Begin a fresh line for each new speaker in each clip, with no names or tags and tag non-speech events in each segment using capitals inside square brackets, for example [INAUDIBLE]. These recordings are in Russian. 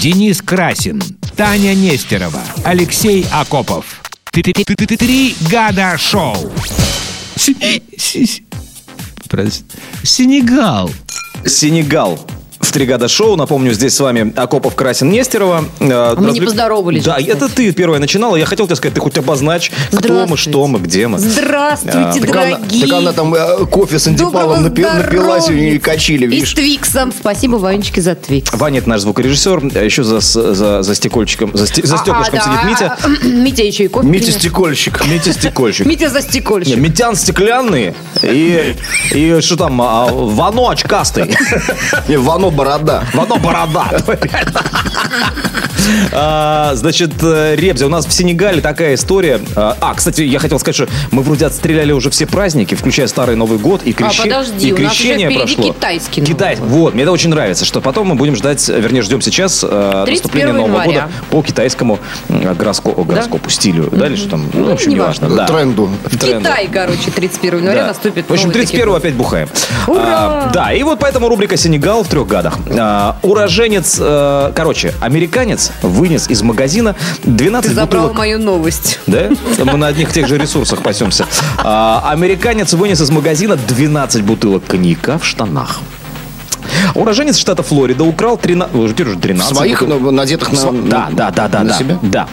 Денис Красин, Таня Нестерова, Алексей Акопов. Три года шоу.
Сенегал.
Сенегал. В три года шоу, напомню, здесь с вами Акопов, Красин, Нестерова. Э,
А мы не
развлек-
поздоровались
Да,
же, кстати.
это ты первая начинала. Я хотел тебе сказать, ты хоть обозначь, кто мы,
Здравствуйте.
что мы, где мы. А,
Здравствуйте,
так
дорогие.
так она там э, кофе с антипалом напи- напилась у нее и качели,
И
видишь.
с Твиксом. Спасибо, Ванечке, за Твикс.
Ваня, это наш звукорежиссер, а еще за, с- за, за стекольчиком, за, сте- за стеклышком
А,
сидит
да.
Митя.
[CLEARS THROAT] Митя еще и кофе.
Митя
принес.
Стекольщик.
Митя стекольчик.
Митя за
Не,
стекольщик.
Митян стеклянный и, и что там, а, Вано очкастый.
Не, Вано Борода.
Вано борода. А, Значит, э, Ребзя, у нас в Сенегале такая история. А, а, кстати, я хотел сказать, что мы вроде отстреляли уже все праздники, включая Старый Новый год и, креще-
А, подожди,
и
у нас
крещение
еще впереди
прошло.
китайский Новый
Китай.
год.
Вот, мне это очень нравится, что потом мы будем ждать, э, вернее, ждем сейчас э,
31
наступления Нового
января.
года по китайскому э, гороскопу, гороскопу, стилю. Дальше там, ну, в общем, не важно. да.
Тренду.
Тренду.
Китай, короче, 31 января
Да.
наступит.
В общем,
новый
31 опять бухаем. А, да, и вот поэтому рубрика «Сенегал в трех гадах». А, уроженец, э, короче, американец вынес из магазина 12
Ты забрал
бутылок.
мою новость.
Да? Мы на одних тех же ресурсах пасемся. А, американец вынес из магазина 12 бутылок коньяка в штанах. Уроженец штата Флорида украл 13... уже 13
Своих
бутылок.
ну, надетых на,
Сво- Да, да, да, да,
на
да. Ну,
себя.
Да.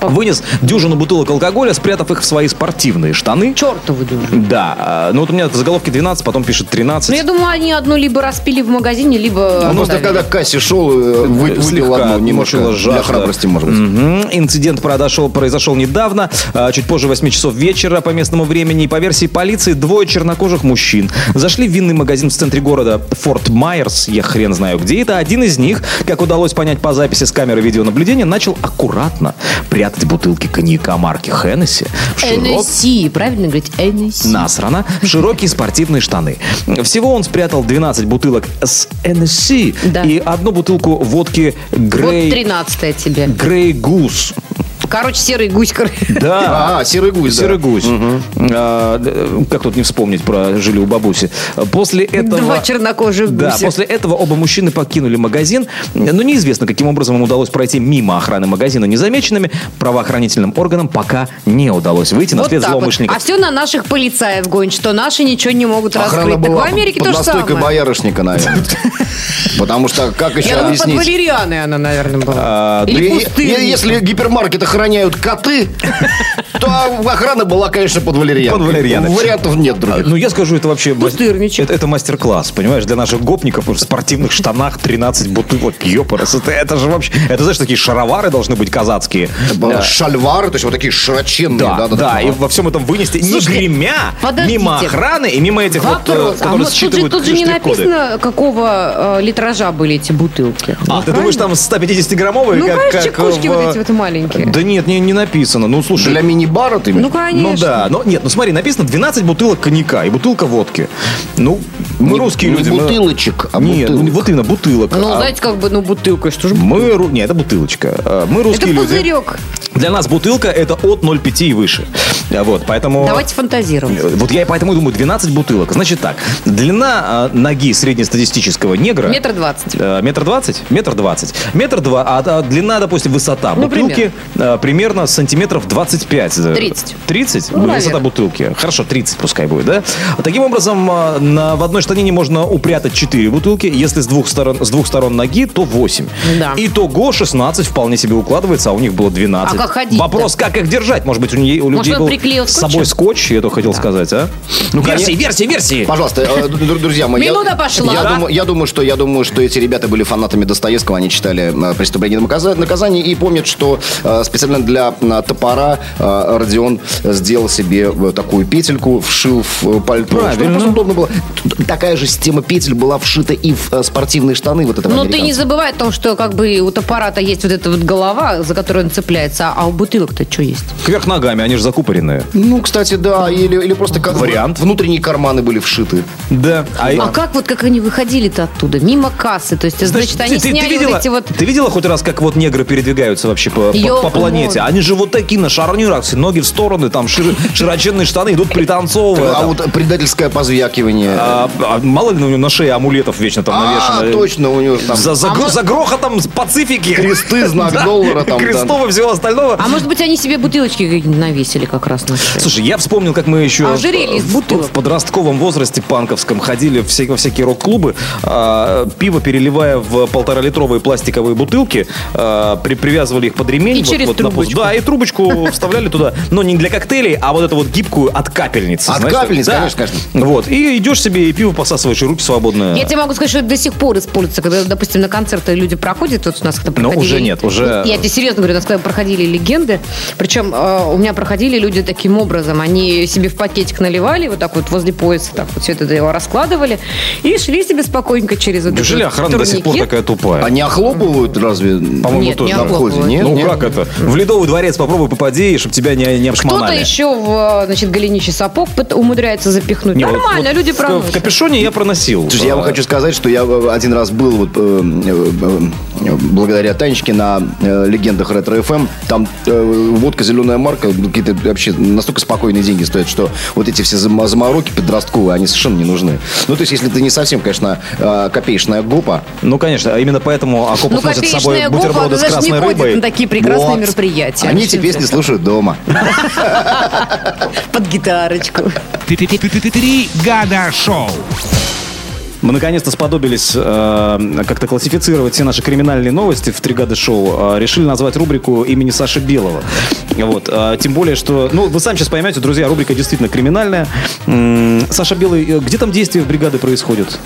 Вынес дюжину бутылок алкоголя, спрятав их в свои спортивные штаны.
Чертовы дуры.
Да, э, ну вот у меня в заголовке 12, потом пишет 13.
Ну, я думаю, они одну либо распили в магазине,
Ну,
либо...
Он просто
отдали.
когда к кассе шел, э, вы- выпил
Слегка
одну, немножко
мучила жажда.
для храбрости, может быть.
Мгм. Инцидент произошел, произошел недавно, а, чуть позже 8 часов вечера по местному времени. И по версии полиции, двое чернокожих мужчин зашли в винный магазин в центре города Форт Майерс, я хрен знаю где это. Один из них, как удалось понять по записи с камеры видеонаблюдения, начал аккуратно прятать бутылки коньяка марки Хеннесси в широк...
NSC, правильно говорить? NSC.
насрано в широкие спортивные штаны. Всего он спрятал 12 бутылок с NSC
Да.
и одну бутылку водки
Вот
Грей...
13 тебе.
Грей Гус.
Короче, серый гусь. кор-
Да.
А, серый гусь, да.
Серый гусь. А, д- как тут не вспомнить про жили у бабуси. После этого...
Два чернокожих
Да,
гуся.
после этого оба мужчины покинули магазин, но неизвестно, каким образом им удалось пройти мимо охраны магазина незамеченными. Правоохранительным органам пока не удалось выйти на
Вот
след
так вот.
злоумышленников.
А все на наших полицаев гонит, что наши ничего не могут
Охрана
раскрыть. Так в
была
Америке то
под
же
настойкой
самое. [LAUGHS]
боярышника, наверное. Потому что как еще
Я думаю, под
объяснить?
валерианой она, наверное,
А,
была.
Е-
Или
е-
пустырник.
Если гипермаркет
[LAUGHS]
охраняют коты, то охрана была, конечно, под валерьянкой.
Под валерьянкой.
Вариантов нет других.
Ну, я скажу, это вообще... мас-
Пустырничек.
Это, это мастер-класс, понимаешь? Для наших гопников в спортивных штанах 13 бутылок ёпарас. Это, это же вообще... Это, знаешь, такие шаровары должны быть казацкие.
Была Типа Шальвары, то есть вот такие широченные.
Да, да, и во всем этом вынести,
Слушайте,
не гремя,
подождите.
мимо охраны и мимо этих вот,
Вопрос.
э,
А
которые
вот тут же,
считывают
тут же не
штрих-коды.
написано, какого э, литража были эти бутылки.
А, ты думаешь, там 150-граммовые?
Ну,
как,
конечно,
как э,
чекушки
в-
вот эти вот маленькие.
Да нет, не, не написано. Ну, слушай,
Для мини-бара ты имеешь?
Ну, конечно.
Ну да, но нет, ну смотри, написано 12 бутылок коньяка и бутылка водки. Ну, мы
Не-
русские
не
люди. мы-
бутылочек, а
Нет, ну,
бутылок.
вот именно бутылок.
Ну,
А
знаете, как бы, ну, бутылка, что же...
Мы, ру- не, это бутылочка. А, Мы
Это
русские люди.
пузырек.
Для нас бутылка это от 0,5 и выше. А Вот, поэтому...
Давайте фантазировать.
Вот я и поэтому и думаю, 12 бутылок. Значит так, длина а, ноги среднестатистического негра...
Метр двадцать.
Э, Метр двадцать? Метр двадцать. Метр два, а, а длина, допустим, высота
Ну,
бутылки э, примерно сантиметров 25. э,
30.
30?
Ну,
высота
наверное.
бутылки. Хорошо, 30 пускай будет, да? Таким образом, э, на, в одной штанине можно упрятать 4 бутылки. Если с двух сторон, с двух сторон ноги, то 8.
Да.
Итого 16 вполне себе укладывается, а у них было 12.
А как ходить-то?
Вопрос, как их держать? Может быть, у, нее- у людей
он приклеил
был с собой скотч, я то хотел сказать, а? Ну, версии, версии, версии!
Пожалуйста, э, д- д- друзья мои. я-
Минута пошла.
Я
Да.
думаю, я думаю, что я думаю, что эти ребята были фанатами Достоевского, они читали э, «Преступление и наказа- наказание» и помнят, что э, специально для э, топора э, Родион сделал себе э, такую петельку, вшил в э, пальто. чтобы
Правильно.
просто удобно было. Т- Такая же система петель была вшита и в э, спортивные штаны вот этого
Но Ну, ты не
американца.
забывай о том, что как бы у топората есть вот эта вот голова, за которую он цепляется, а а у бутылок-то что есть?
Кверх ногами, они же закупоренные.
Ну, кстати, да, или, или просто как
Вариант.
Внутренние карманы были вшиты.
Да. А, и-
А как вот как они выходили-то оттуда? Мимо кассы. То есть, значит,
Подожди,
они сняли
видела,
вот эти вот...
ты видела хоть раз, как вот негры передвигаются вообще по, по-
Ё-
по планете? Они же вот такие на шарнирах, все ноги в стороны, там широ- [LAUGHS] широченные штаны идут пританцовывая.
А
там.
вот предательское позвякивание.
А, а мало ли у него на шее амулетов вечно там
А,
навешано.
точно, у него же там
За,
А
за, гро- за грохотом с Пацифики. [LAUGHS]
кресты, знак доллара там. да.
Крестов и всего остального.
А может быть, они себе бутылочки какие-нибудь навесили как раз на шею?
Слушай, я вспомнил, как мы еще
Ожерелье из
в-
бутылок.
в подростковом возрасте панковском ходили все- во всякие рок-клубы, а, пиво переливая в полторалитровые пластиковые бутылки, а, при- привязывали их под ремень.
И через
на пуз-
трубочку.
Да, и трубочку
[LAUGHS]
вставляли туда, но не для коктейлей, а вот эту вот гибкую от капельницы.
От
знаешь,
капельниц,
да.
конечно, конечно.
Вот, и идешь себе и пиво посасываешь, и руки свободные.
Я тебе могу сказать, что это до сих пор используется, когда, допустим, на концерты люди проходят, вот у нас когда
Ну,
проходили...
уже нет, уже-
Я тебе серьезно говорю, у нас когда проходили легенды, причем э, у меня проходили люди таким образом, они себе в пакетик наливали, вот так вот возле пояса, так вот все это дело раскладывали, и шли себе спокойненько через вот этот
Неужели
вот
охрана до сих пор
турникет.
такая тупая?
Они охлопывают разве?
По-моему,
Нет,
тоже
не
на входе,
охлопывают.
нет?
ну
нет?
как это? В Ледовый дворец попробуй попади, чтобы тебя не, не
Кто-то
обшмонали.
еще в, э, значит, Галинище Сапог пыт- умудряется запихнуть.
Не, вот-
Нормально,
вот
люди
в- В
проносят.
капюшоне я проносил.
Слушай, я вам
А,
хочу сказать, что я э, один раз был вот, э, э, э, благодаря Танечке на э, легендах ретро FM. Там э, водка зеленая марка, ну, какие-то вообще настолько спокойные деньги стоят, что вот эти все зам- замороки подростковые, они совершенно не нужны. Ну, то есть, если ты не совсем, конечно, э, копеечная гопа,
Ну, конечно, а именно поэтому Акопов
Ну,
носит с собой
копеечная губа,
бутерброды
она
с
же не
красной
ходит
рыбой.
на такие прекрасные
вот,
мероприятия.
они эти
Что
песни
это?
слушают дома.
Под
Ну,
гитарочку.
Три года шоу.
Мы наконец-то сподобились э, как-то классифицировать все наши криминальные новости в «Тригады шоу». Э, решили назвать рубрику имени Саши Белого. Вот. э, тем более, что... Ну, вы сами сейчас поймете, друзья, рубрика действительно криминальная. М, Саша Белый... э, Где там действие бригады происходит?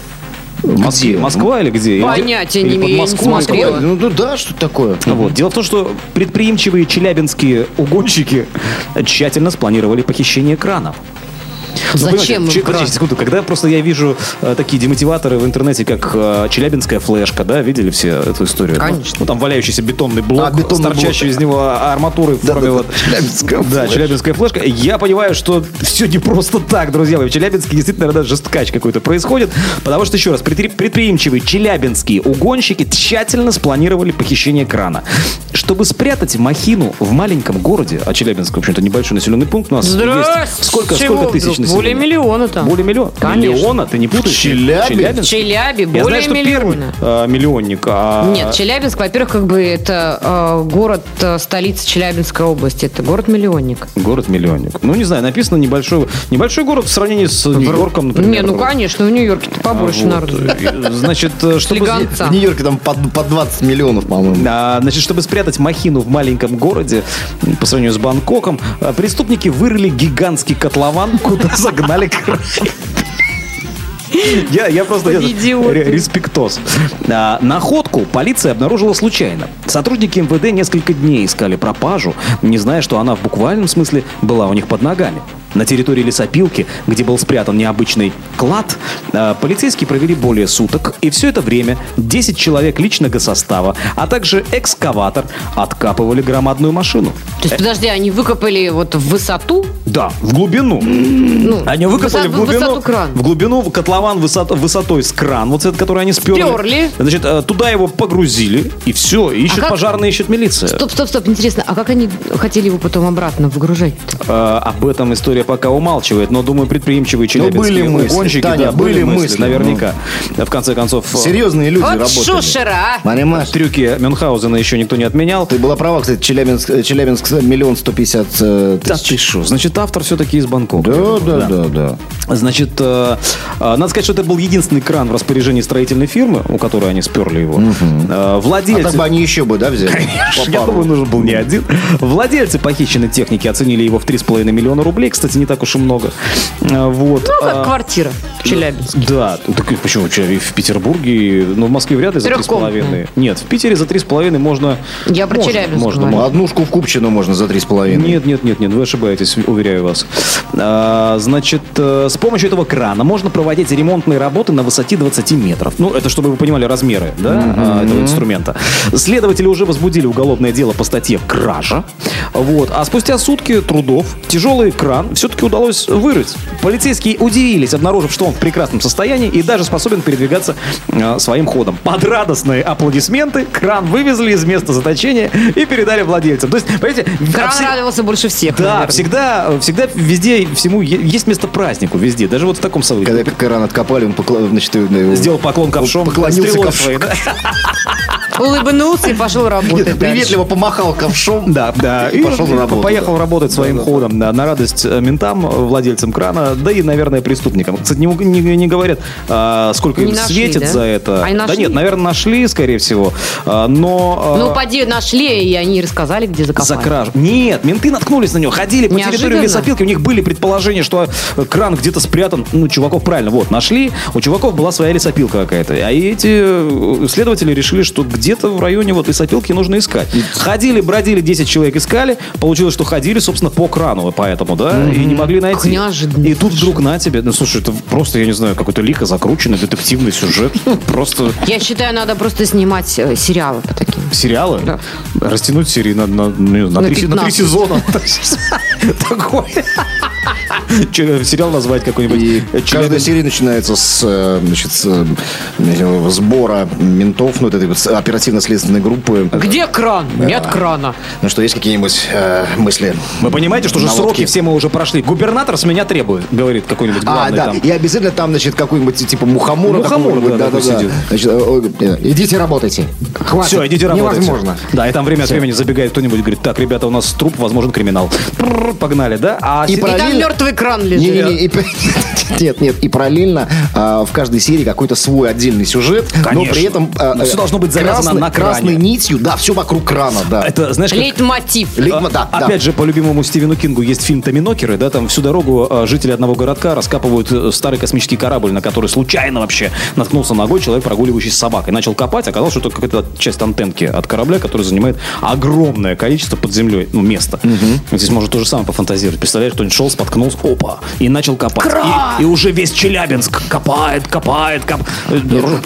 Мос-
Где?
Москва или где? Или-
Понятия
или
не
под
имею, я не
Москвой?
смотрела. Белый.
Ну, ну да, что такое?
Ну Вот. Дело в том, что предприимчивые челябинские угонщики тщательно спланировали похищение крана. Ну, понимаете,
Зачем им
че-
кран?
подождите секунду, когда просто я вижу э, такие демотиваторы в интернете, как э, челябинская флешка, да, видели все эту историю?
Конечно.
Ну, там валяющийся бетонный блок,
А, бетонный
с торчащей
блок.
из него арматурой в
Да,
форме
да, да.
вот...
Челябинская
Да,
флешка.
челябинская флешка. Я понимаю, что все не просто так, друзья мои. В Челябинске действительно, наверное, жесткач какой-то происходит, потому что, еще раз, предпри- предприимчивые челябинские угонщики тщательно спланировали похищение крана. Чтобы спрятать махину в маленьком городе, а Челябинск, в общем-то, небольшой населенный пункт у нас есть.
Здрасте.
Сколько,
Чего
сколько тысяч
вдруг?
населения?
Более миллиона там.
Более миллиона?
Конечно.
Миллиона? Ты не путаешь?
В Челябе?
В
Челябинск?
Челябе
Я знаю,
более
что
миллиона.
Пермь э, миллионник, а...
Нет, Челябинск, во-первых, как бы это э, город, э, столица Челябинской области. Это город-миллионник.
Город миллионник. Ну, не знаю, написано небольшой, небольшой город в сравнении с Нью-Йорком, например.
Не, ну
Вот.
конечно, в Нью-Йорке-то побольше
Вот.
народу.
Э, Значит, э, чтобы...
Лиганца.
В Нью-Йорке там под, под 20 миллионов, по-моему.
А, Значит, чтобы спрятать махину в маленьком городе, м, по сравнению с Бангкоком, э, преступники вырыли гигантский котлован, [LAUGHS] куда загнали кран. Я, я просто я-
Идиоты.
ре- респектос. А, находку полиция обнаружила случайно. Сотрудники МВД несколько дней искали пропажу, не зная, что она в буквальном смысле была у них под ногами. На территории лесопилки, где был спрятан необычный клад, э, полицейские провели более суток, и все это время 10 человек личного состава, а также экскаватор откапывали громадную машину.
То есть, подожди, они выкопали вот в высоту?
Да, в глубину. они выкопали
высо-
в глубину,
высоту Ну, кран.
в глубину в котлован высот- высотой с кран, вот этот, который они сперли.
Сперли.
Значит, э, туда его погрузили, и все, ищут
А как-
пожарные, ищут милиция.
Стоп, стоп, стоп, интересно, а как они хотели его потом обратно выгружать?
Э, об этом история пока умалчивает, но, думаю, предприимчивые челябинские
были мысли,
угонщики,
Таня,
да,
были
были мысли,
мысли,
наверняка. В конце концов, э,
Серьезные люди
Вот
работали.
шушера, а!
Понимаешь?
трюки Мюнхгаузена еще никто не отменял.
Ты была права, кстати, Челябинск, э, Челябинск э, миллион сто пятьдесят э,
Да
тысяч.
ты шо, Значит, А автор все-таки из Бангкока.
Да, да, да, да.
Значит, э, э, надо сказать, что это был единственный кран в распоряжении строительной фирмы, у которой они сперли его. Э,
А
Владельцы...
так бы они еще бы, да, взяли? По
Я
пару.
думаю, нужен был не один. Владельцы похищенной техники оценили его в 3,5 миллиона рублей. Кстати, не так уж и много. Э, Вот.
Ну,
А,
как квартира в Челябинске.
Да, Ну, так и почему? Че, и В Петербурге, ну в Москве вряд ли за три с
Трехкомнатная.
половиной. Нет, в Питере за три с половиной можно.
Я про
можно,
Челябинск
Можно,
говорю.
можно.
Однушку в Купчину можно за три с половиной.
Нет, нет, нет, нет, вы ошибаетесь, уверяю вас. А, значит, э, С помощью этого крана можно проводить ремонтные работы на высоте 20 метров. Ну, это чтобы вы понимали размеры да, а, этого инструмента. Следователи уже возбудили уголовное дело по статье «Кража». Вот. А спустя сутки трудов тяжелый кран все-таки удалось вырыть. Полицейские удивились, обнаружив, что он в прекрасном состоянии и даже способен передвигаться э, своим ходом. Под радостные аплодисменты кран вывезли из места заточения и передали владельцам. То есть, понимаете,
Кран
абсо-
радовался больше всех.
А да,
наверное.
всегда, всегда, везде, всему е- есть место празднику, везде, даже вот в таком событии.
Когда кран откопали, он покла- значит, э,
Сделал поклон ковшом,
Поклонился
стрелой
ковшом.
своей, да?
Улыбнулся и пошел работать. дальше.
приветливо помахал ковшом.
Да, [LAUGHS] да.
И пошел на работу,
Поехал
да.
работать своим ходом, да, на радость э, ментам, э, владельцам крана, да и, наверное, преступникам. Кстати, не, не- не говорят, а, сколько
Не
им
нашли,
светит
да?
за это.
А не
да
нашли?
нет, наверное, нашли, скорее всего. А, но... э,
Ну, поди, нашли, и они рассказали, где
за
закопали.
кражу. Нет, менты наткнулись на него, ходили по территории
Неожиданно?
лесопилки, у них были предположения, что э, кран где-то спрятан. Ну, чуваков правильно, вот, нашли, у чуваков была своя лесопилка какая-то. А эти э, следователи решили, что где-то в районе вот лесопилки нужно искать. Ходили, бродили, 10 человек искали, получилось, что ходили, собственно, по крану, поэтому, да, и не могли найти.
неожиданно.
И тут вдруг на тебе, ну, слушай, это просто, я не знаю, какой-то лихо закрученный детективный сюжет,
[LAUGHS]
просто
Я считаю, надо просто снимать э, сериалы по таким.
сериалы,
Да.
растянуть серии на, на, ну, не знаю, на
На
три, се- на три
15.
сезона.
[LAUGHS]
Такой. [LAUGHS] Че, Сериал назвать
И
какой-нибудь. э,
каждая
Челябинск.
серия начинается с, э, значит, с, э, э, сбора ментов, ну, вот этой вот с- оперативно-следственной группы.
Где кран? Нет крана.
Ну что, есть какие-нибудь э, мысли?
Вы понимаете, что же
Наводки.
сроки все мы уже прошли. Губернатор с меня требует, говорит какой-нибудь
А,
главный
да.
там.
И обязательно там, значит, какой-нибудь типа мухомора.
Мухомор,
какого-нибудь,
да, такой
да-да-да.
сидит.
Значит, э, э, идите работайте. Хватит.
Все, идите работать.
Невозможно.
Да, и там время от времени забегает кто-нибудь и говорит, так, ребята, у нас труп, возможен криминал. Прррр, Погнали, да? А се-
И
И там
Параллельно-
мертвый кран
Не,
лежит.
не, не, и- [LAUGHS] нет, нет, и параллельно а, в каждой серии какой-то свой отдельный сюжет, но
Конечно.
при этом а,
Но всё
э,
должно быть завязано
красной-
на кране.
красной нитью, да, все вокруг крана, да.
это, знаешь, как-
Лейтмотив.
Лигма, да, да.
А, Опять же, по любимому Стивену Кингу есть фильм «Томинокеры», да, там всю дорогу э, жители одного городка раскапывают э, старый космический корабль, на который случайно вообще наткнулся ногой человек, прогуливающий с собакой. Начал копать, оказалось, что это какая-то часть антенки от корабля, который занимает огромное количество под землей, ну, места. Здесь можно то же самое пофантазировать. Представляешь, кто-нибудь шел, споткнулся, опа, и начал копать. И, и уже весь Челябинск копает, копает, копает.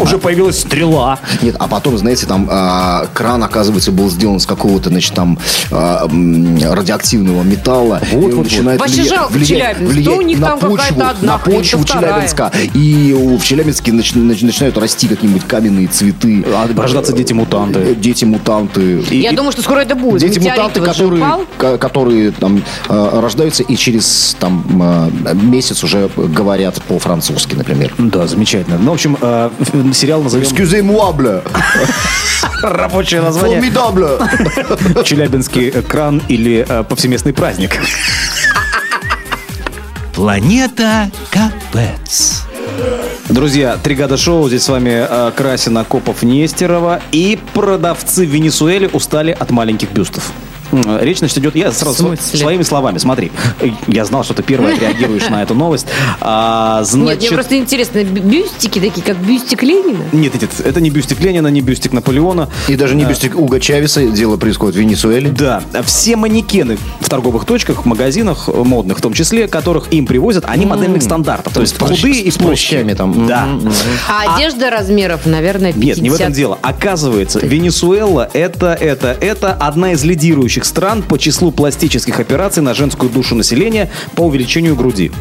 Уже появилась стрела.
Нет, а потом, знаете, там а, кран, оказывается, был сделан из какого-то, значит, там а, м, радиоактивного металла. И он
вот.
начинает
Вообще
влия-
жалко
влиять-
Челябинск.
влиять
То у них
на
там
почву,
какая-то одна
на
хрень, то
почву
вторая.
Челябинска. И у- в Челябинске нач- нач- начинают расти какие-нибудь каменные цветы.
А, рождаться дети-мутанты.
Э, Дети-мутанты. И-
Я
и-
думаю, что скоро это будет. Метеорит
Дети-мутанты,
вот же
которые,
упал.
ко- которые там э, рождаются и через там э, месяц уже говорят по-французски, например.
Да, замечательно. Ну, в общем, э, [LAUGHS] сериал назовем...
Excusez-moi, bля.
Рабочее название.
Formidable.
Челябинский экран или э, повсеместный праздник.
Планета Капец.
Друзья, три года шоу. Здесь с вами э, Красин, Акопов, Нестерова. И продавцы в Венесуэле устали от маленьких бюстов. М, э, Речь, значит, идет... Я сразу сво-
смысле?
своими словами. Смотри, Э, я знал, что ты первая реагируешь на эту новость. А,
Нет, мне
значит-
просто интересно, бю- бюстики такие, как бюстик Ленина?
Нет, нет, нет, это не бюстик Ленина, не бюстик Наполеона.
И даже не без Уга Чавеса дело происходит в Венесуэле.
Да, все манекены в торговых точках, в магазинах э, модных, в том числе, которых им привозят, они модельных стандартов. То есть
с прыщ-
худые и
с прыщами
плоские.
там.
Да.
А одежда размеров, наверное, 50.
Нет, не в этом дело. Оказывается, Венесуэла это, это, это одна из лидирующих стран по числу пластических операций на женскую душу населения по увеличению груди.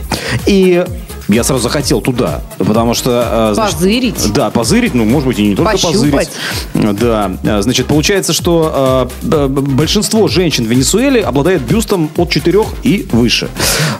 И я сразу захотел туда, потому что... э,
Позырить.
Да, позырить, ну, может быть, и не только
Пощупать.
позырить. Да, э, значит, получается, что э, б- б- большинство женщин в Венесуэле обладает бюстом от 4 и выше.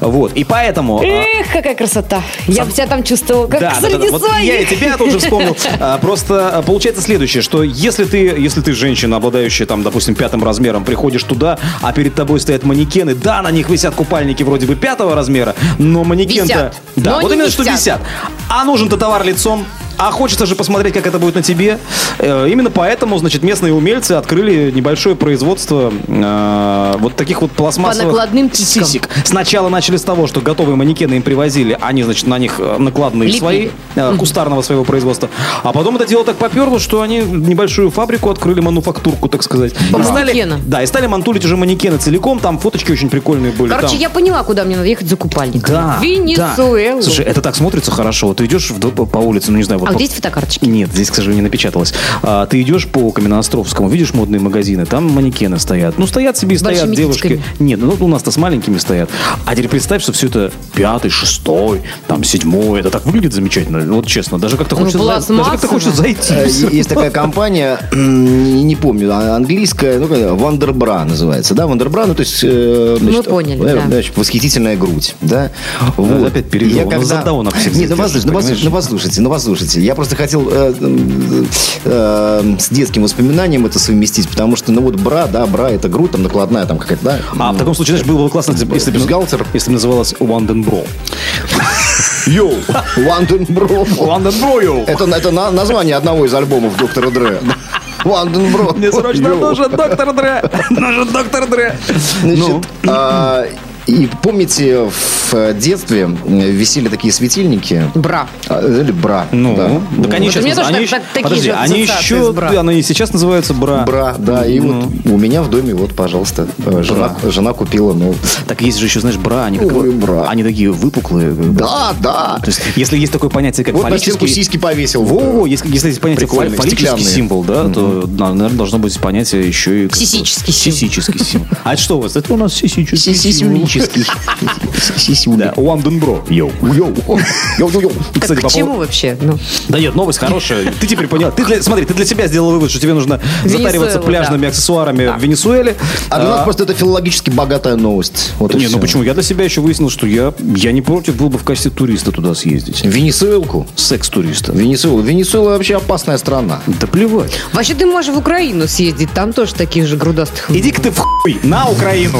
Вот, и поэтому... э,
Эх, какая красота. Я бы себя там чувствовала, как среди
вот
своих.
я и тебя тут же
[LAUGHS]
вспомнил. А, Просто а, получается следующее, что если ты, если ты женщина, обладающая там, допустим, пятым размером, приходишь туда, а перед тобой стоят манекены, да, на них висят купальники вроде бы пятого размера, но манекен-то...
Висят.
Да,
Но
вот
они
именно что
висят.
висят. А нужен-то товар лицом. А хочется же посмотреть, как это будет на тебе. Э, Именно поэтому, значит, местные умельцы открыли небольшое производство э, вот таких вот пластмассовых
накладным титькам.
сисек. Сначала начали с того, что готовые манекены им привозили, они, значит, на них э, накладные
Лепили.
свои, э, кустарного своего производства. А потом это дело так поперло, что они небольшую фабрику открыли, мануфактурку, так сказать.
По
И стали,
манекенам.
да, и стали монтулить уже манекены целиком, там фоточки очень прикольные были.
Короче,
там.
я поняла, куда мне надо ехать за купальником.
Да.
В
да.
Венесуэлу.
Слушай, это так смотрится хорошо. Вот Ты идешь вдоль- по по улице, ну не знаю, вот
а
по-
где есть фотокарточки?
нет, здесь, к сожалению, не напечаталось. А, ты идешь по Каменноостровскому, видишь модные магазины, там манекены стоят. Ну, стоят себе и
С
стоят
большими
девушки.
титьками.
Нет, ну у нас-то с маленькими стоят. А теперь представь, что все это пятый, шестой, там седьмой. Это так выглядит замечательно. Вот честно, даже как-то
Ну,
хочется, за-
пластмассово.
даже как-то хочется зайти.
[LAUGHS]
Э, е- Есть такая компания, м, не помню, а- английская, ну, как- Вандербра называется, да, Вандербра, ну, то есть... э,
Мы поняли,
э,
да.
значит, восхитительная грудь, да.
опять перевел.
Я
Ну, за даунов всех
Нет, ну,
задержишь,
послушайте, ну, послушайте, ну, послушайте, ну, послушайте. Я просто хотел э, м, э, с детским воспоминанием это совместить, потому что, ну, вот бра, да, бра, это грудь, там, накладная, там, какая-то, да.
[LAUGHS] А в таком случае, знаешь, было бы классно, если бы- если бы
Бюстгальтер.
если бы называлась London Bro.
Йоу, Вандербра.
London Bro, yo!
Это, это на- название одного из альбомов Доктора
[LAUGHS]
Дре. Ванденбро.
Мне срочно
Йоу.
нужен доктор Дре! Нужен доктор Дре! Ну.
Значит, а, и помните, в э, детстве м, висели такие светильники?
Бра.
А, Или бра.
Ну,
да.
так они
Вот
сейчас...
у меня тоже
они
так-
еще-
так- такие
подожди,
же
они
ассоциации
еще...
с бра.
да, Они и сейчас называются бра.
Бра, да. И вот
Ну.
у меня в доме, вот, пожалуйста, э, жена, жена купила, ну...
Так есть же еще, знаешь, бра, они как
Ой,
вот-
бра.
Они такие выпуклые. как бы.
Да, да.
То есть, если есть такое понятие, как
Вот на стенку
фаллический...
сиськи повесил.
Во-во, если, если есть понятие фа-
Прикольные,
фаллический
стеклянные.
символ, да, то, наверное, должно быть понятие еще и... как бы
Сисический символ.
Сисический
[LAUGHS]
символ. А это что у вас? Это у нас сисический символ.
[LAUGHS]
Сисюлический.
Да,
Сисюля.
London Bro. Йоу.
Йоу. Йоу-йоу-йоу.
Кстати, по
так к чему
поводу-
вообще? Ну,
Да нет, новость
[LAUGHS]
хорошая. Ты теперь понял. Ты для- смотри, ты для себя сделал вывод, что тебе нужно
Венесуэла,
затариваться пляжными
да.
аксессуарами в Венесуэле.
А для нас просто это филологически богатая новость. Вот и
Не, ну
всё.
почему? Я для себя еще выяснил, что я, я не против был бы в качестве туриста туда съездить.
Венесуэлку?
Секс-туриста.
Венесуэла. Венесуэла вообще опасная страна.
Да плевать.
вообще ты можешь в Украину съездить, там тоже таких же грудастых.
Иди-ка ты в хуй на Украину.